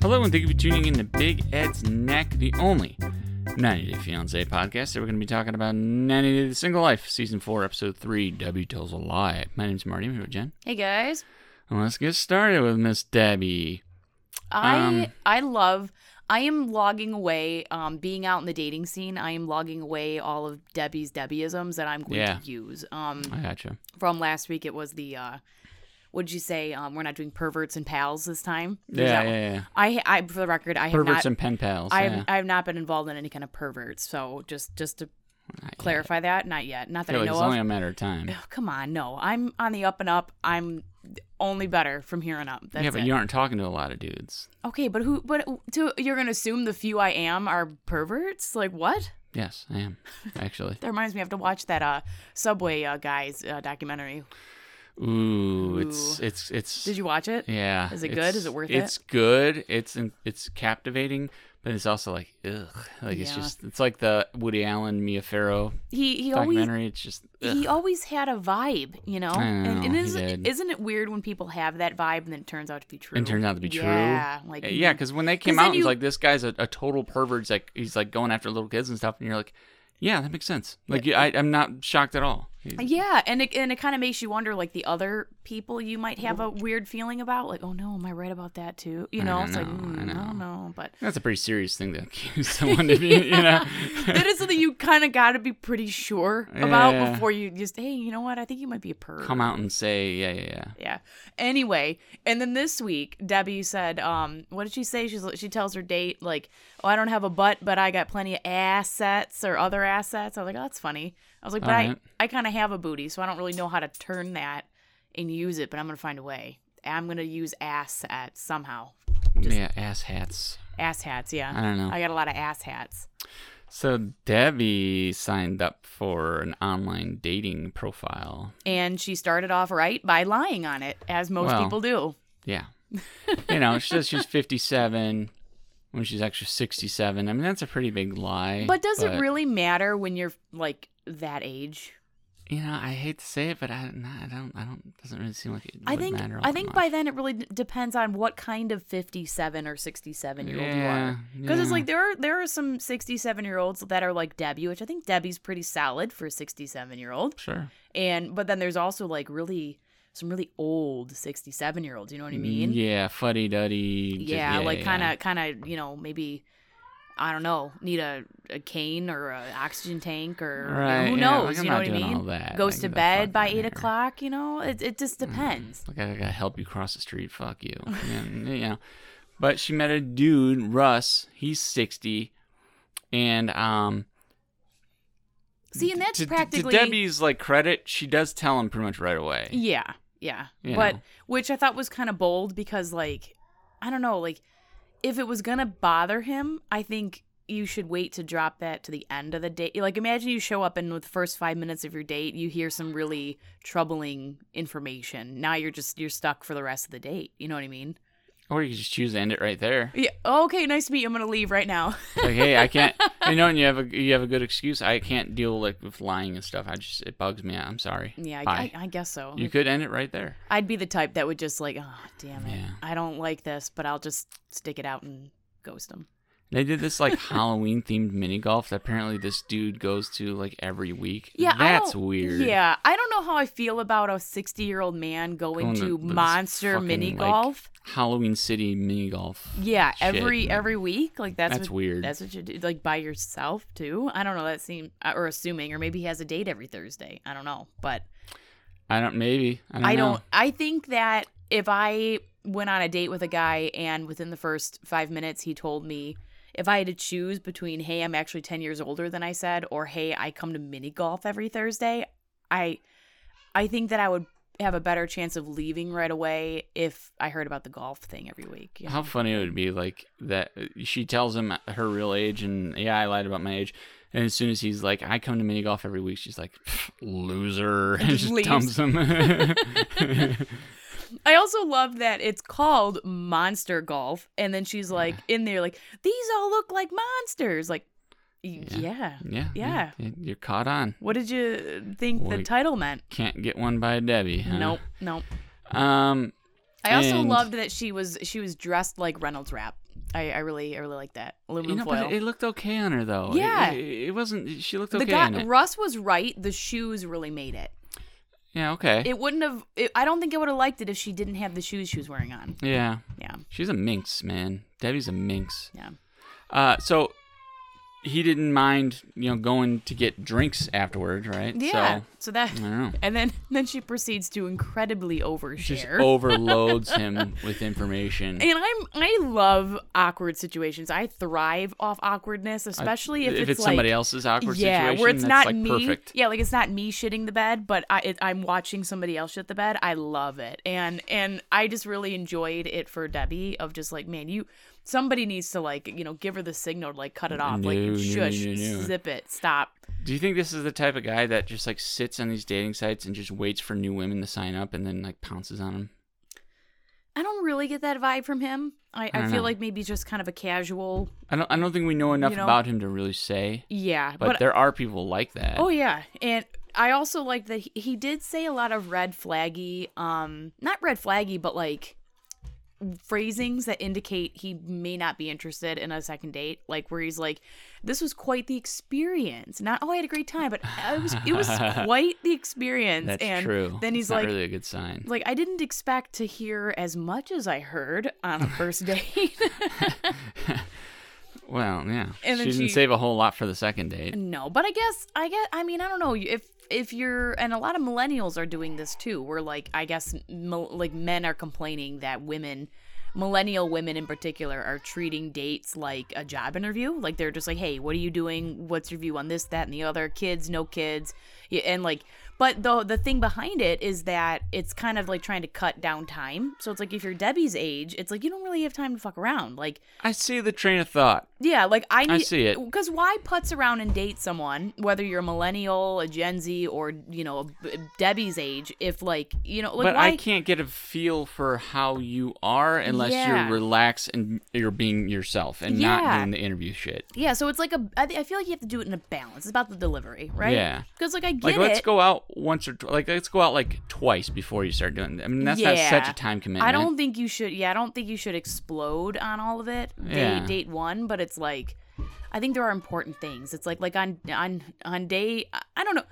Hello, and thank you for tuning in to Big Ed's Neck, the only 90 Day Fiancé podcast. That we're going to be talking about 90 Day to Single Life, Season 4, Episode 3, W Tells a Lie. My name's Marty. I'm here with Jen. Hey guys, And let's get started with Miss Debbie. I Um, I love. I am logging away. Um, being out in the dating scene, I am logging away all of Debbie's Debbieisms that I'm going Yeah. to use. Um, I gotcha. from last week, it was the. Uh, what did you say? Um, we're not doing perverts and pals this time. There's Yeah, that yeah, one. yeah. I, I for the record, I have Perverts not. and pen pals. I have, yeah. I have not been involved in any kind of perverts. So just just to Not yet. clarify that, not yet. Not I that feel I like know it's of. only a matter of time. Oh, come on, no. I'm on the up and up. I'm only better from here on up. That's yeah, but it. you aren't talking to a lot of dudes. Okay, but who? But to, you're gonna assume the few I am are perverts? Like what? Yes, I am, actually. That reminds me, I have to watch that uh Subway uh, guys uh, documentary. Ooh, it's, it's, it's. Did you watch it? Yeah. Is it good? it's- Is it worth it? It's good. It's in- it's captivating, but it's also like ugh. Like it's Yeah. just it's like the Woody Allen Mia Farrow He he always documentary. It's just ugh. he always had a vibe, you know. I know, and, and he is, did. isn't it weird when people have that vibe and then it turns out to be true? and it turns out to be true. Eh, Yeah, like Yeah, because when they 'Cause came then out, it was you- like this guy's a, a total pervert. He's like he's like going after little kids and stuff, and you're like, yeah, that makes sense. Like you I, I'm not shocked at all. He- Yeah, and it, and it kind of makes you wonder, like the other people you might have a weird feeling about, like, oh no, am I right about that too? You I know, don't it's like know, mm, I I know. don't know, but That's a pretty serious thing to accuse someone to be. You know, that is something you kind of got to be pretty sure about Yeah. before you just hey you know what i think you might be a perv come out and say, yeah, yeah, yeah. yeah anyway and then this week debbie said um what did she say she's she tells her date like oh i don't have a butt but i got plenty of assets or other assets i was like oh that's funny i was like but Alright. i i kind of have a booty so i don't really know how to turn that and use it but i'm gonna find a way i'm gonna use assets somehow yeah, ass hats. ass hats yeah I don't know. i got a lot of ass hats So Debbie signed up for an online dating profile. and she started off right by lying on it as most Well, people do Yeah. you know, she says she's 57 when she's actually 67. I mean, that's a pretty big lie. But does it really matter when you're like that age? You know, I hate to say it, but I, nah, I don't. I don't. Doesn't really seem like it. I would think matter all I that think much. by then it really d- depends on what kind of 57 or 67 year old you Yeah, are. Because it's yeah. like there are there are some 67 year olds that are like Debbie, which I think Debbie's pretty solid for a 67 year old. sure. And but then there's also like really some really old 67 year olds. You know what I mean? Yeah, fuddy duddy. yeah, like kind of kind of you know maybe. I don't know. Need a, a cane or an oxygen tank or or Right, who yeah, knows? like, I'm you know not what I doing mean? all that. Goes Like, to the fuck bed by outta eight here. o'clock. You know, it it just Mm-hmm. depends. Like I gotta help you cross the street. Fuck you. And, you know. But she met a dude, Russ. He's 60, and um. See, and that's to, to- practically to Debbie's like credit, she does tell him pretty much right away. Yeah, yeah. You But know. which I thought was kind of bold because, like, I don't know, like, if it was gonna bother him, I think you should wait to drop that to the end of the date. Like, imagine you show up and with the first five minutes of your date, you hear some really troubling information. Now you're just you're stuck for the rest of the date. You know what I mean? Or you could just choose to end it right there. Yeah. Okay. Nice to meet you. I'm gonna leave right now. Like, hey, I can't. You know, and you have a you have a good excuse. I can't deal like with lying and stuff. I just it bugs me. out. I'm sorry. yeah, I, Bye. I, I guess so. you could end it right there. I'd be the type that would just like, oh damn it, Yeah. I don't like this, but I'll just stick it out and ghost him. They did this like Halloween themed mini golf that apparently this dude goes to like every week. Yeah, I that's don't- weird. Yeah, I don't know how I feel about a 60 year old man going, Going to to, this monster fucking, mini like, golf. Halloween City mini golf. yeah, shit, every man. every week, like that's That's what, weird. That's what you do, like by yourself too. I don't know. That seems or assuming, or maybe he has a date every Thursday. I don't know, but I don't. Maybe I don't. I know. don't. I think that if I went on a date with a guy and within the first five minutes he told me if I had to choose between hey I'm actually ten years older than I said or hey I come to mini golf every Thursday, I I think that I would have a better chance of leaving right away if I heard about the golf thing every week. you know? How funny it would be like that she tells him her real age and yeah, I lied about my age. And as soon as he's like, I come to mini golf every week, she's like, "Pff, loser, and just just leaves. dumps him. I also love that it's called Monster Golf, and then she's like in there like these all look like monsters. Like, y- Yeah. yeah. yeah, Yeah. you- You're caught on. What did you think the Wait. title meant? Can't get one by Debbie. Huh? Nope, nope. Um, I also And- loved that she was she was dressed like Reynolds wrap. I, I really I really like that You aluminum know, foil. but it, it looked okay on her though. It- Yeah. it, it wasn't. She looked the okay in guy it. Russ was right. The shoes really made it. yeah, okay. It wouldn't have. It, I don't think I would have liked it if she didn't have the shoes she was wearing on. yeah, Yeah, she's a minx, man. Debbie's a minx. yeah. Uh, so he didn't mind, you know, going to get drinks afterward, right? Yeah. So So, that I don't know. and then then she proceeds to incredibly overshare. Just overloads him with information. and I'm I love awkward situations. I thrive off awkwardness, especially if, if it's, like, somebody else's awkward yeah, situation, where it's that's not like me. perfect. Yeah, like it's not me shitting the bed, but I it, I'm watching somebody else shit the bed. I love it, and and I just really enjoyed it for Debbie of just like, man, you somebody needs to like you know give her the signal to like cut it off, like No, no, shush, no, no, no. zip it, stop. Do you think this is the type of guy that just like sits on these dating sites and just waits for new women to sign up and then like pounces on them? I don't really get that vibe from him. I, I, don't feel know. like maybe just kind of a casual, I don't. I don't think we know enough You know- about him to really say. yeah, But, there are people like that. Oh yeah, and I also like that he, he did say a lot of red flaggy, um, not red flaggy, but like phrasings that indicate he may not be interested in a second date, like where he's like, "This was quite the experience." Not, "Oh, I had a great time," but I was, it was quite the experience. that's and true. Then he's It's not like. really a good sign. like I didn't expect to hear as much as I heard on a first date. Well, yeah. And she then didn't she- save a whole lot for the second date. No, but I guess I guess I mean I don't know if if you're and a lot of millennials are doing this too. Where like I guess mil- like men are complaining that women, millennial women in particular, are treating dates like a job interview. Like they're just like, hey, what are you doing? What's your view on this, that, and the other? Kids, no kids, yeah, and like. But the the thing behind it is that it's kind of like trying to cut down time. So it's like if you're Debbie's age, it's like you don't really have time to fuck around. Like I see the train of thought. yeah, like I need. see it. Because why putz around and date someone, whether you're a millennial, a Gen Z, or you know a- Debbie's age, if like you know, like but why? I can't get a feel for how you are unless Yeah. you're relaxed and you're being yourself and not Yeah. doing the interview shit. yeah, so it's like a. I, thi- I feel like you have to do it in a balance. It's about the delivery, right? Yeah. Because like I get Like, it. let's go out once or tw- like let's go out like twice before you start doing. That. I mean, that's not Yeah. such a time commitment. I don't think you should. Yeah, I don't think you should explode on all of it. Date Yeah. date one, but it's like, I think there are important things. It's like like on on on day. I- I don't know.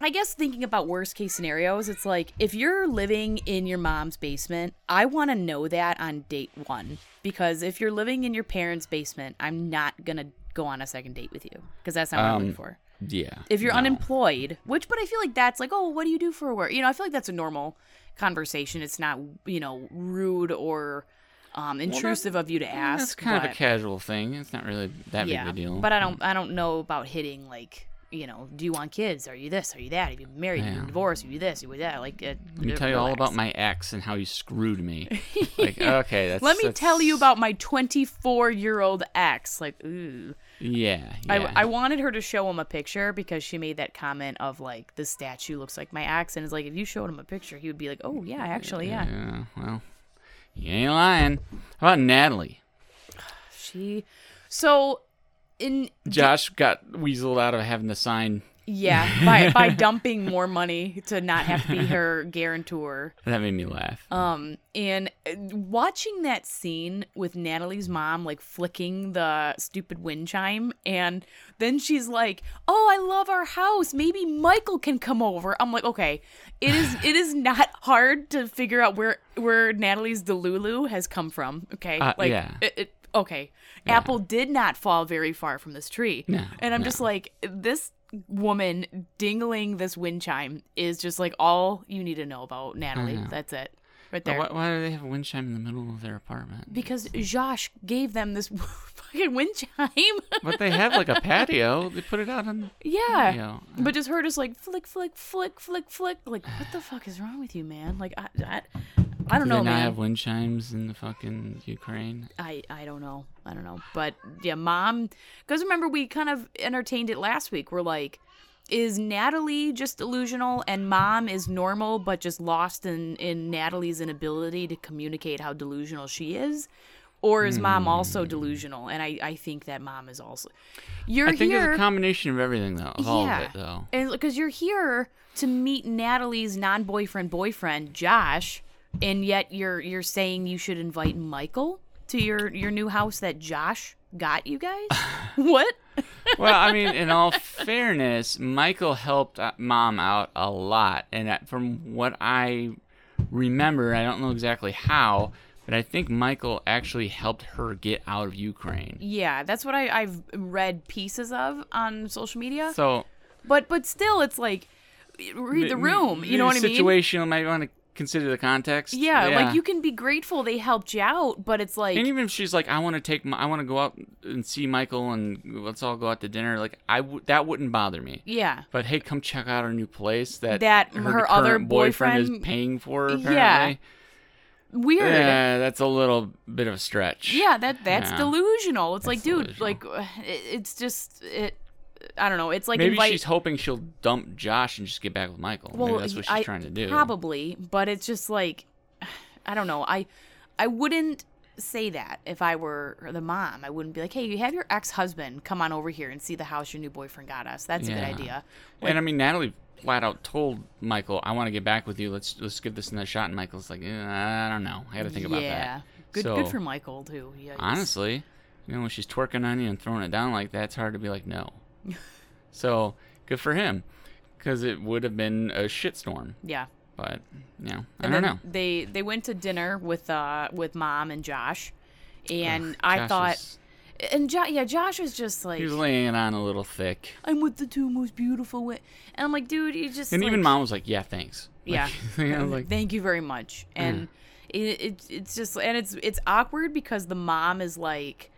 I guess thinking about worst case scenarios, it's like if you're living in your mom's basement, I want to know that on date one because if you're living in your parents' basement, I'm not gonna go on a second date with you because that's not what I'm Um, looking for. Yeah. If you're no. unemployed, which, but I feel like that's like, oh, what do you do for work? You know, I feel like that's a normal conversation. It's not, you know, rude or um, intrusive of you to Yeah, ask. that's kind of but- a casual thing. It's not really that yeah. big a deal. But I don't, I don't know about hitting like, you know, do you want kids? Are you this? Are you that? Are you married? Are Yeah. you divorced? Are you this? Are you that? Like, uh, let me tell you all about my ex and how he screwed me. Like, okay, that's. Let me that's- tell you about my 24 year old ex. Like, ooh. Yeah, yeah. I, I wanted her to show him a picture because she made that comment of like the statue looks like my axe and it's like if you showed him a picture he would be like oh yeah actually yeah, Yeah, Uh, well, you ain't lying. How about Natalie? she so in Josh got weaseled out of having to sign. yeah by by dumping more money to not have to be her guarantor That made me laugh. um and uh, watching that scene with Natalie's mom like flicking the stupid wind chime and then she's like oh I love our house maybe Michael can come over I'm like okay it is it is not hard to figure out where where Natalie's Delulu has come from okay Uh, like yeah. it, it, okay Apple did not fall very far from this tree No, and I'm just like this woman dingling this wind chime is just like all you need to know about Natalie know. that's it right But there why, why do they have a wind chime in the middle of their apartment? because Josh gave them this fucking wind chime. but they have like a patio. They put it out on. yeah. You know, But just her just like flick, flick, flick, flick, flick. Like, what the fuck is wrong with you, man? Like, I, I, I don't do know, they not man. have wind chimes in the fucking Ukraine? I, I don't know. I don't know. But yeah, mom. Because remember, we kind of entertained it last week. We're like, is Natalie just delusional and mom is normal, but just lost in, in Natalie's inability to communicate how delusional she is? Or is mom Hmm. also delusional? And I, I think that mom is also. You're I think here. it's a combination of everything though. Of all of it though. And because you're here to meet Natalie's non boyfriend boyfriend, Josh, and yet you're you're saying you should invite Michael to your your new house that Josh got you guys? what? well, I mean, in all fairness, Michael helped uh, mom out a lot. And uh, from what I remember, I don't know exactly how, but I think Michael actually helped her get out of Ukraine. Yeah, that's what I, I've read pieces of on social media. So, But but still, it's like read the room. You know what I mean? Situational, might want to consider the context. Yeah, like you can be grateful they helped you out, but it's like And even if she's like, I want to take, my, I want to go out and see Michael, and let's all go out to dinner. Like, I w- that wouldn't bother me. yeah. But hey, come check out our new place that That her current other boyfriend, boyfriend- is paying for. Apparently. Yeah. Weird. Yeah. Yeah, that's a little bit of a stretch. that that's Yeah. delusional. It's like, dude, delusional. like uh, it, it's just it. I don't know. It's like Maybe invite she's hoping she'll dump Josh and just get back with Michael. Maybe that's what she's I- trying to do. Probably, but it's just like I don't know. I I wouldn't say that if I were the mom. I wouldn't be like, "Hey, you have your ex-husband come on over here and see the house your new boyfriend got us." That's a Yeah. good idea. and I mean, Natalie flat out told Michael, "I want to get back with you. Let's let's give this another shot." And Michael's like, eh, "I don't know. I got to think about yeah. that." Good So- good for Michael too. Yikes. honestly, you know, when she's twerking on you and throwing it down like that, it's hard to be like, no. so good for him, because it would have been a shitstorm. Yeah. But you know, I don't And then know. They they went to dinner with uh with mom and Josh. And I Josh thought is- and jo- yeah, Josh was just like he was laying it on a little thick, I'm with the two most beautiful women. And I'm like, dude, you just and like, even mom was like, "Yeah, thanks." Like, Yeah. you know, like thank you very much Mm. and it, it it's just and it's it's awkward because the mom is like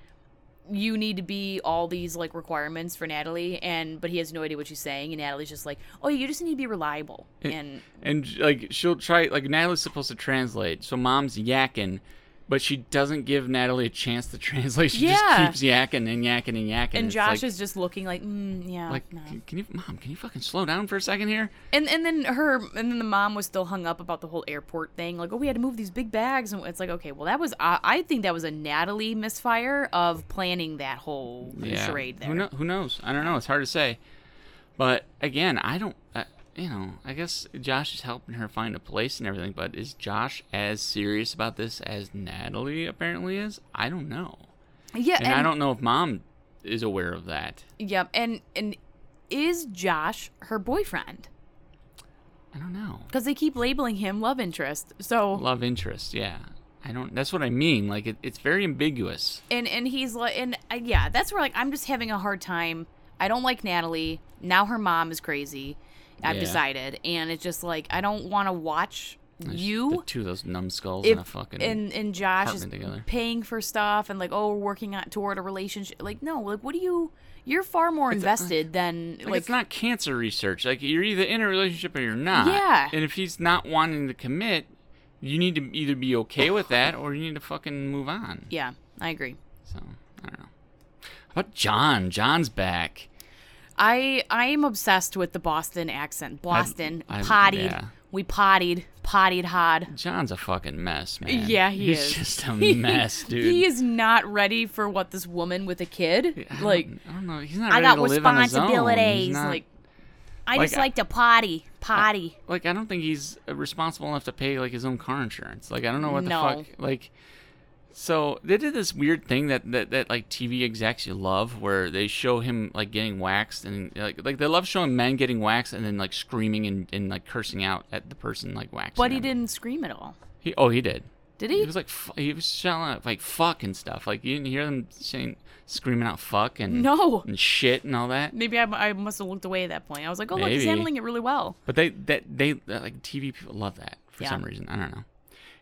you need to be all these like requirements for Natalie and but he has no idea what she's saying and Natalie's just like oh you just need to be reliable and and like she'll try like Natalie's supposed to translate, so mom's yakking. But she doesn't give Natalie a chance to translate. She Yeah. just keeps yakking and yakking and yakking. and It's Josh like, is just looking like mm, yeah like, no. "Can- "Can you, mom? Can you fucking slow down for a second here?" and and then her and then the mom was still hung up about the whole airport thing like oh we had to move these big bags and it's like okay well that was I, I think that was a Natalie misfire of planning that whole charade there Who, kno- who knows? I don't know. It's hard to say. But again, I don't. Uh, you know, I guess Josh is helping her find a place and everything. But is Josh as serious about this as Natalie apparently is? I don't know. yeah And, I don't know if Mom is aware of that. Yep. And and is Josh her boyfriend? I don't know. Because they keep labeling him love interest. So Love interest, yeah. I don't. That's what I mean. Like it, it's very ambiguous. and and he's like and uh, yeah, that's where like I'm just having a hard time. I don't like Natalie. Now her mom is crazy. I've Yeah. decided, and it's just like I don't want to watch There's you the two of those numbskulls in a if fucking. and and Josh is apartment Mm. together. paying for stuff and like oh we're working on toward a relationship. Like no, like what do you? You're far more invested than uh, Like, like it's not cancer research. Like you're either in a relationship or you're not. Yeah. And if he's not wanting to commit, you need to either be okay with that or you need to fucking move on. yeah, I agree. So I don't know. How about John? John's back. I I am obsessed with the Boston accent. Boston I'm- pottied. yeah. We pottied, pottied hard. John's a fucking mess, man. Yeah, he he's is. just a mess, dude. He is not ready for what this woman with a kid I don't- like. I don't know. He's not I ready got to live on his own. He's responsibilities. not- Like I Like, just like to potty, potty. like I don't think he's uh, responsible enough to pay like his own car insurance. Like I don't know what the No. fuck like so they did this weird thing that, that that like TV execs you love where they show him like getting waxed and like like they love showing men getting waxed and then like screaming and, and like cursing out at the person like waxing. but he them. didn't scream at all. He oh he did. Did He he? was like f- he was shouting out like fuck and stuff. Like you didn't hear them saying screaming out fuck and No. and shit and all that. Maybe I, I must have looked away at that point. I was like, oh look, he's Maybe. handling it really well. But they that they that, like TV people love that for Yeah. some reason. I don't know.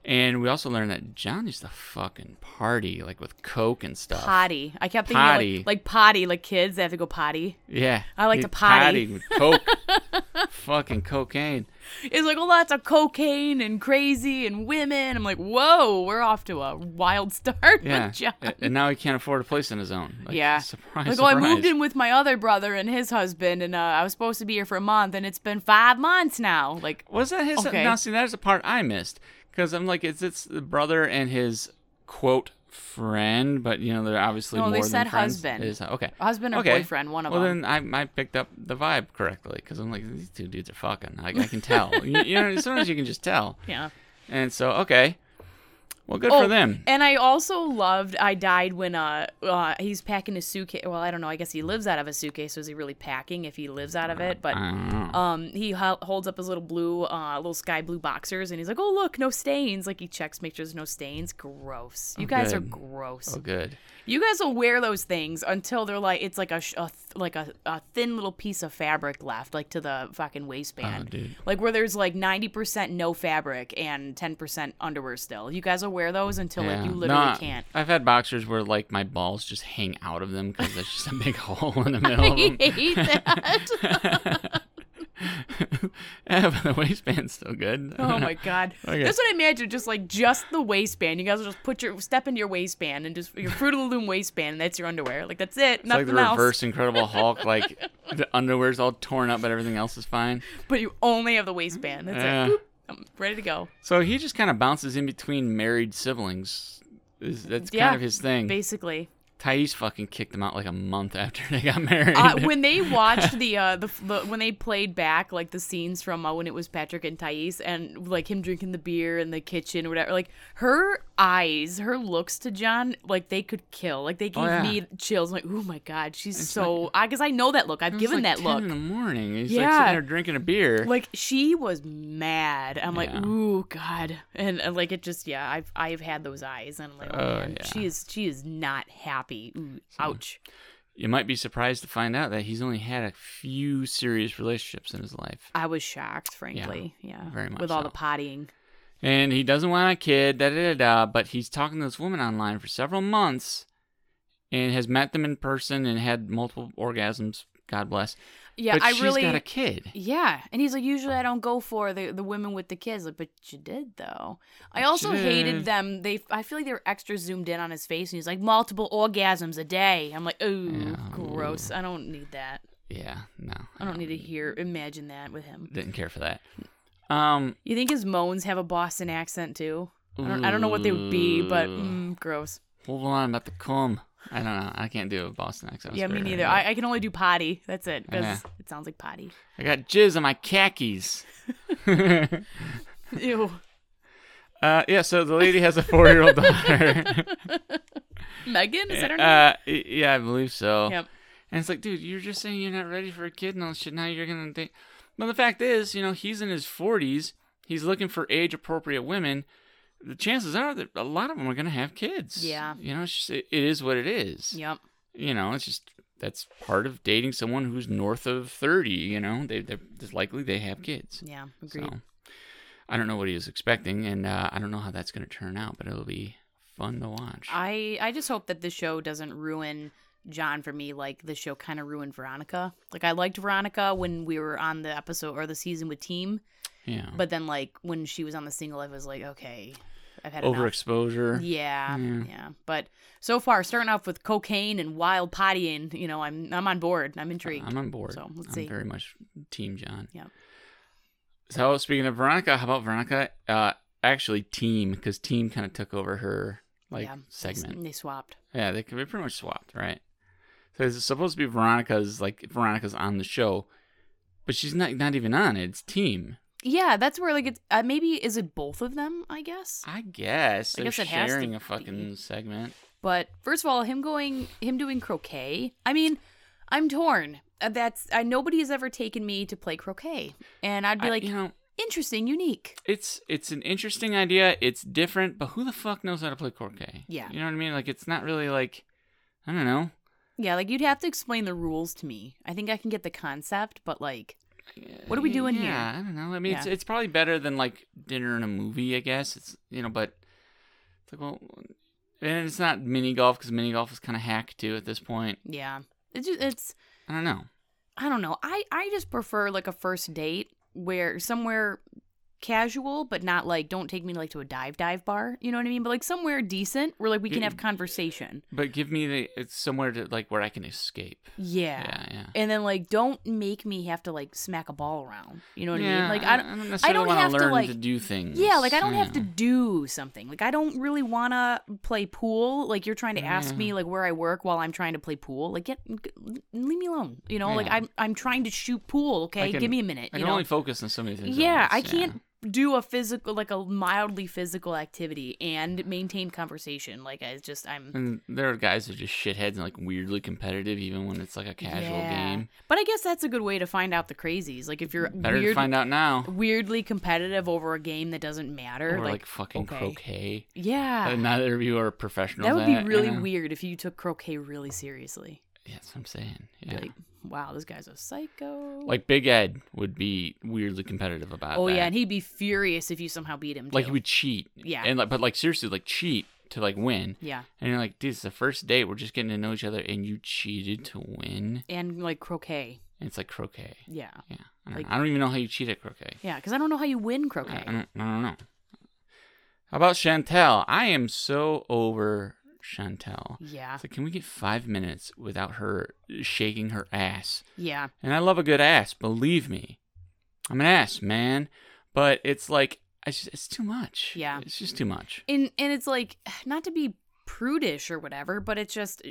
And we also learned that John used to fucking party like with coke and stuff. Potty. I kept thinking Potty. Like, like potty, like kids that have to go potty. yeah, I like he to potty. partied with coke, fucking cocaine. It's like, oh, lots of cocaine and crazy and women. I'm like, whoa, we're off to a wild start Yeah, with John. A- and now he can't afford a place on his own. Like, yeah. surprise, like, surprise. oh, I moved in with my other brother and his husband, and uh, I was supposed to be here for a month, and it's been five months now. Like, Was that his? Okay. Now see, that's the part I missed because I'm like, it's it's the brother and his quote friend, but you know they're obviously No, more they than said friends. husband. It is- okay, Husband or Okay. boyfriend, one of well, them. then I, I picked up the vibe correctly because I'm like, these two dudes are fucking. I, I can tell. you, you know, sometimes you can just tell. yeah. And so, okay. Well, good Oh, for them. And I also loved. I died when uh, uh he's packing his suitcase. Well, I don't know. I guess he lives out of a suitcase. So is he really packing if he lives out of it? But I don't know. um, he ho- holds up his little blue, uh, little sky blue boxers, and he's like, "Oh look, no stains." Like he checks, make sure there's no stains. Gross. You guys are good. gross. Oh, good. You guys will wear those things until they're like it's like a, sh- a th- like a, a thin little piece of fabric left, like to the fucking waistband, Uh, dude. like where there's like ninety percent no fabric and ten percent underwear still. You guys will wear those until like you Yeah. literally No, can't. I've had boxers where like my balls just hang out of them because there's just a big hole in the middle of I them. hate that. yeah, Eh, but the waistband's still good. Oh my god. Okay. That's what I imagine. Just like just the waistband. You guys will just put your step into your waistband and just your Fruit of the Loom waistband, and that's your underwear. Like that's it. It's like nothing the else. reverse Incredible Hulk. Like the underwear's all torn up, but everything else is fine. But you only have the waistband. That's Yeah. it. Boop. I'm ready to go. So he just kind of bounces in between married siblings. Is- That's Yeah, kind of his thing. Basically. Thais fucking kicked him out like a month after they got married. Uh, when they watched the, uh, the the when they played back like the scenes from uh, when it was Patrick and Thais and like him drinking the beer in the kitchen or whatever, like her eyes, her looks to John, like they could kill. Like they gave Oh, yeah. me chills. like, oh my god, she's so. I because I know that look. I've It's given like that 10 look. in the morning. He's like Yeah. sitting there drinking a beer. Like she was mad. I'm like, Yeah. ooh, god, and, and like it just, yeah, I've I've had those eyes, and I'm like, oh, Oh, man, yeah. she is she is not happy. Ooh, ouch. you might be surprised to find out that he's only had a few serious relationships in his life, I was shocked, frankly. Yeah, very much with all so. the pottying. and he doesn't want a kid. Da da da. da but he's talking to this woman online for several months, and has met them in person and had multiple orgasms. God bless. Yeah, but I she's really. got a kid. Oh. Yeah, and he's like, usually I don't go for the the women with the kids, like, but you did though. I also you hated did. them. They, I feel like they were extra zoomed in on his face, and he's like, multiple orgasms a day. I'm like, ooh, Yeah, gross. I don't need that. Yeah, no, I don't need Um, to hear imagine that with him. Didn't care for that. Um, You think his moans have a Boston accent too? I don't, I don't know what they would be, but mm, gross. hold on about the cum. I don't know. I can't do a Boston accent. Yeah, me Sorry. neither. I, I can only do potty. That's it, because Yeah. it sounds like potty. I got jizz on my khakis. Ew, Uh, yeah, so the lady has a four-year-old daughter. Megan, is that her name? uh, y- yeah, Oh. I believe so. Yep. And it's like, dude, you're just saying you're not ready for a kid and all this shit. Now you're gonna date. Well, the fact is, you know, he's in his 40s. He's looking for age-appropriate women. The chances are that a lot of them are gonna have kids. Yeah. You know, it's just, it, it is what it is. Yep. You know, it's just that's part of dating someone who's north of 30. You know, they they're it's likely they have kids. Yeah. Agreed. So I don't know what he was expecting, and uh, I don't know how that's going to turn out, but it'll be fun to watch. I I just hope that the show doesn't ruin John for me like the show kind of ruined Veronica. Like I liked Veronica when we were on the episode or the season with Team, yeah. but then like when she was on the single, I was like, okay, I've had enough. Overexposure. Yeah, Yeah. yeah. But so far, starting off with cocaine and wild pottying, you know, I'm I'm on board. I'm intrigued. I'm on board. So, let's I'm see. very much Team John. Yeah. So speaking of Veronica, how about Veronica? Uh, actually, Team, because Team kind of took over her like Yeah. segment. They swapped. Yeah, they could be pretty much swapped, right? So it's supposed to be Veronica's like Veronica's on the show, but she's not not even on it. It's Team. Yeah, that's where like it's uh, maybe is it both of them? I guess. I guess I they're guess it has to sharing be. a fucking segment. But first of all, him going, him doing croquet. I mean, I'm torn. Uh, That's I, nobody has ever taken me to play croquet, and I'd be I- like, you know, interesting, unique. it's it's an interesting idea. It's different, but who the fuck knows how to play croquet? Yeah. you know what I mean. Like, it's not really like, I don't know. Yeah, like you'd have to explain the rules to me. I think I can get the concept, but like, What are we doing yeah, here? I don't know. I mean, it's Yeah. it's probably better than like dinner and a movie, I guess. It's you know, but it's like well, and it's not mini golf because mini golf is kind of hack too at this point. yeah, it's just, it's I don't know. I don't know. I I just prefer like a first date where somewhere casual, but not like don't take me like to a dive dive bar. You know what I mean? But like somewhere decent where like we can have Mm. conversation. But give me the it's somewhere to like where I can escape. Yeah. Yeah, yeah. and then like don't make me have to like smack a ball around you know what i mean like i don't necessarily don't wanna have to, learn like- to do things. yeah like i don't have to Yeah. do something like i don't really want to play pool like you're trying to ask Yeah. me like where i work while i'm trying to play pool like get g- leave me alone you know like Yeah. i'm i'm trying to shoot pool okay I can- give me a minute I you can know only focus on so many things. at yeah once, i can't do a physical like a mildly physical activity and maintain conversation like i just i'm And there are guys who are just shitheads and like weirdly competitive, even when it's like a casual Yeah. game. but i guess that's a good way to find out the crazies like if you're Better to weird, find out now. weirdly competitive over a game that doesn't matter Or like, like, fucking okay. croquet. yeah Uh, neither of you are professionals. that would be at it, really you know? weird if you took croquet really seriously Yeah, that's what I'm saying. Be Yeah. Like, like wow this guy's a psycho Big Ed would be weirdly competitive about oh that. yeah and he'd be furious if you somehow beat him like too. he would cheat. Yeah. And like, but like seriously, like cheat to like win. yeah And you're like, dude, it's the first date. We're just getting to know each other, and you cheated to win. and like croquet And it's like croquet. yeah Yeah. I don't, Like- know. I don't even know how you cheat at croquet. yeah because i don't know how you win I- croquet I, don't, I don't know. How about Chantel? I am so over Chantel. yeah It's like, can we get five minutes without her shaking her ass? yeah And I love a good ass, believe me. I'm an ass, man. But it's like, it's, just, it's too much. Yeah. It's just too much. and and it's like not to be prudish or whatever but it's just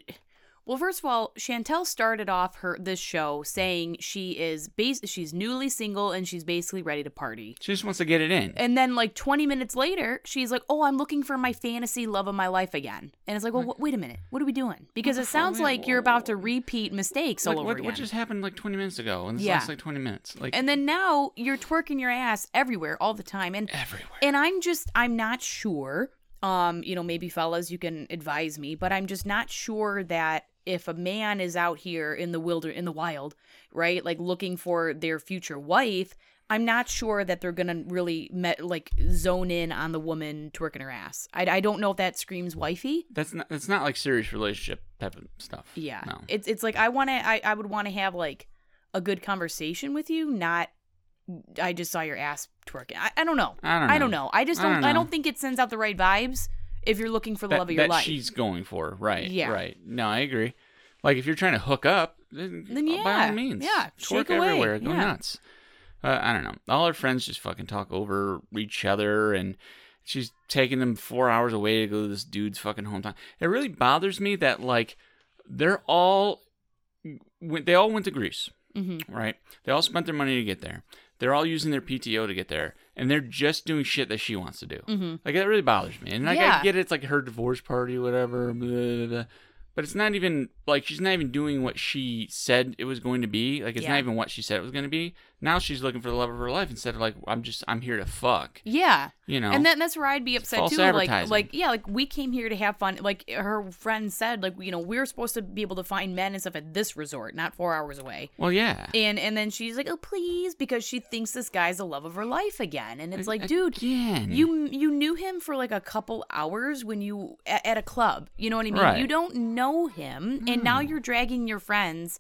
well first of all chantel started off her this show saying she is bas- she's newly single and she's basically ready to party She just wants to get it in. and then like 20 minutes later she's like oh i'm looking for my fantasy love of my life again and it's like well wh- wait a minute what are we doing because it sounds like you're about to repeat mistakes like, all over what, again what just happened like 20 minutes ago? And this Yeah. lasts like 20 minutes. Like, and then now you're twerking your ass everywhere all the time and everywhere. and i'm just i'm not sure um you know maybe fellas you can advise me but i'm just not sure that if a man is out here in the wilder in the wild right like looking for their future wife i'm not sure that they're gonna really me- like zone in on the woman twerking her ass I, I don't know if that screams wifey that's not that's not like serious relationship type of stuff. yeah No. it's it's like i want to I, I would want to have like a good conversation with you not i just saw your ass twerking i, I don't know I don't know. I don't know. I just I don't. I don't don't, know. think it sends out the right vibes if you're looking for the love of your that life. she's going for. Right. Yeah. Right. No, I agree. Like if you're trying to hook up, then, Then by yeah, all means, yeah, twerk shake away, everywhere, go yeah. nuts. Uh, I don't know. All her friends just fucking talk over each other, and she's taking them four hours away to go to this dude's fucking hometown. It really bothers me that like they're all went- they all went to Greece. hmm right? They all spent their money to get there. They're all using their PTO to get there, and they're just doing shit that she wants to do. hmm Like that really bothers me. And like, Yeah. I get it's like her divorce party, whatever, blah, blah, blah. but it's not even like she's not even doing what she said it was going to be. Like it's Yeah. not even what she said it was going to be. Now she's looking for the love of her life instead of like I'm just I'm here to fuck, Yeah, you know? and then that's where I'd be upset false too. Like, advertising. like yeah, like we came here to have fun. Like her friend said, like you know we're supposed to be able to find men and stuff at this resort, not four hours away. well, yeah, And and then she's like, oh please, because she thinks this guy's the love of her life again. And it's like, dude, again, You you knew him for like a couple hours when you at, at a club. You know what I mean? Right. Mm. You don't know him, and now you're dragging your friends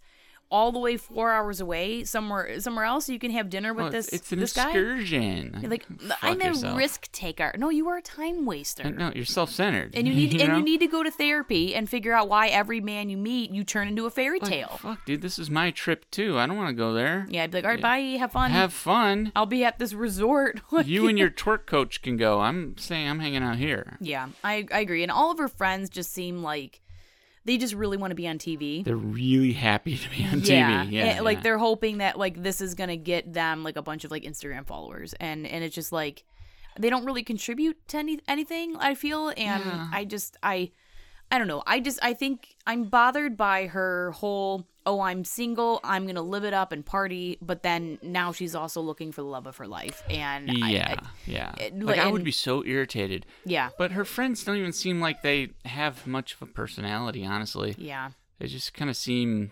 all the way four hours away somewhere somewhere else. so You can have dinner with Well, this Oh, it's, it's an this guy. excursion. You're like Fuck I'm yourself. a risk taker. No, you are a time waster. And No, you're self-centered, And you need and know? you need to go to therapy and figure out why every man you meet you turn into a fairy Like, tale. Fuck, dude, this is my trip too. I don't want to go there. yeah, I'd be like, all right, bye, have fun. Have fun. I'll be at this resort. Like- You and your twerk coach can go. I'm saying I'm hanging out here. Yeah, I, I agree. And all of her friends just seem like they just really want to be on TV. They're really happy to be on TV. Yeah, and, like yeah. they're hoping that like this is gonna get them like a bunch of like Instagram followers, and and it's just like they don't really contribute to any anything. I feel, and Yeah. I just I I don't know. I just I think I'm bothered by her whole oh I'm single, I'm gonna live it up and party, but then now she's also looking for the love of her life, and I- I- yeah, yeah. it- like I would and- be so irritated. yeah, But her friends don't even seem like they have much of a personality. Honestly, yeah, they just kind of seem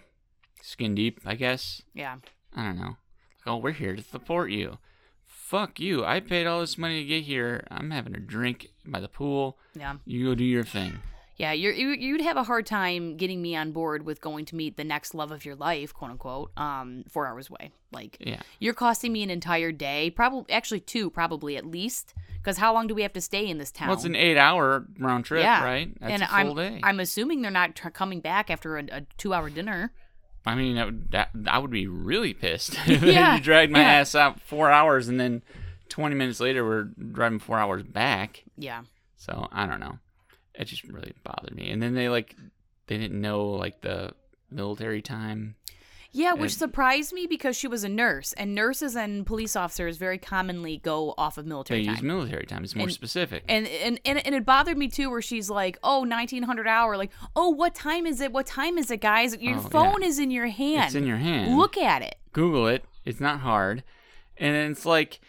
skin deep. I guess. yeah. I don't know. Like, oh, we're here to support you. Fuck you. I paid all this money to get here. I'm having a drink by the pool. Yeah. You go do your thing. Yeah, you're, you you'd have a hard time getting me on board with going to meet the next love of your life, quote unquote, um, four hours away. Like Yeah. you're costing me an entire day, probably actually two, probably at least, because how long do we have to stay in this town? Well, it's an eight-hour round trip, yeah, right? That's and a I'm full day. I'm assuming they're not tr- coming back after a, a two hour dinner. I mean, that would, that I would be really pissed. if Yeah, you dragged my yeah. ass out four hours, and then twenty minutes later, we're driving four hours back. Yeah, So I don't know. It just really bothered me. And then they like, they didn't know like the military time. Yeah, which It- surprised me because she was a nurse, and nurses and police officers very commonly go off of They military use time. military time. It's more And- specific. And, and and and it bothered me too, where she's like, "Oh, 1900 hour, like, oh, what time is it? What time is it, guys? Your Oh, yeah. phone is in your hand. it's in your hand. Look at it. Google it. It's not hard. And it's like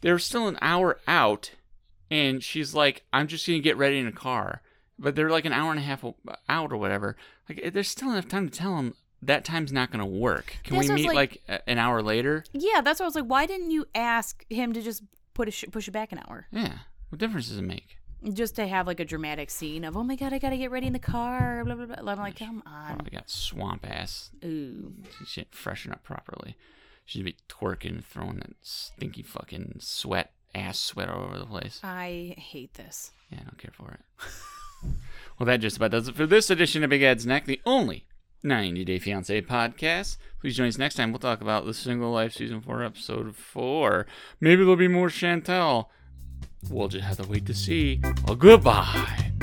they're still an hour out, and she's like, "I'm just gonna get ready in a car," but they're like an hour and a half o- out or whatever. Like, eh, there's still enough time to tell them that time's not gonna work. Can This we was meet like- like, a- an hour later? Yeah, that's what I was like. Why didn't you ask him to just put a sh- push it back an hour, Yeah. What difference does it make? just to have like a dramatic scene of, oh my god, I gotta get ready in the car, blah blah blah. And I'm like, come on, Probably got swamp ass. ooh, She didn't freshen up properly. She'd be twerking, throwing that stinky fucking sweat, ass sweat all over the place. I hate this. Yeah, I don't care for it. well, that just about does it for this edition of Big Ed's Neck, the only 90 Day Fiancé podcast. Please join us next time. We'll talk about The Single Life Season 4, Episode 4. Maybe there'll be more Chantel. We'll just have to wait to see. Well, goodbye.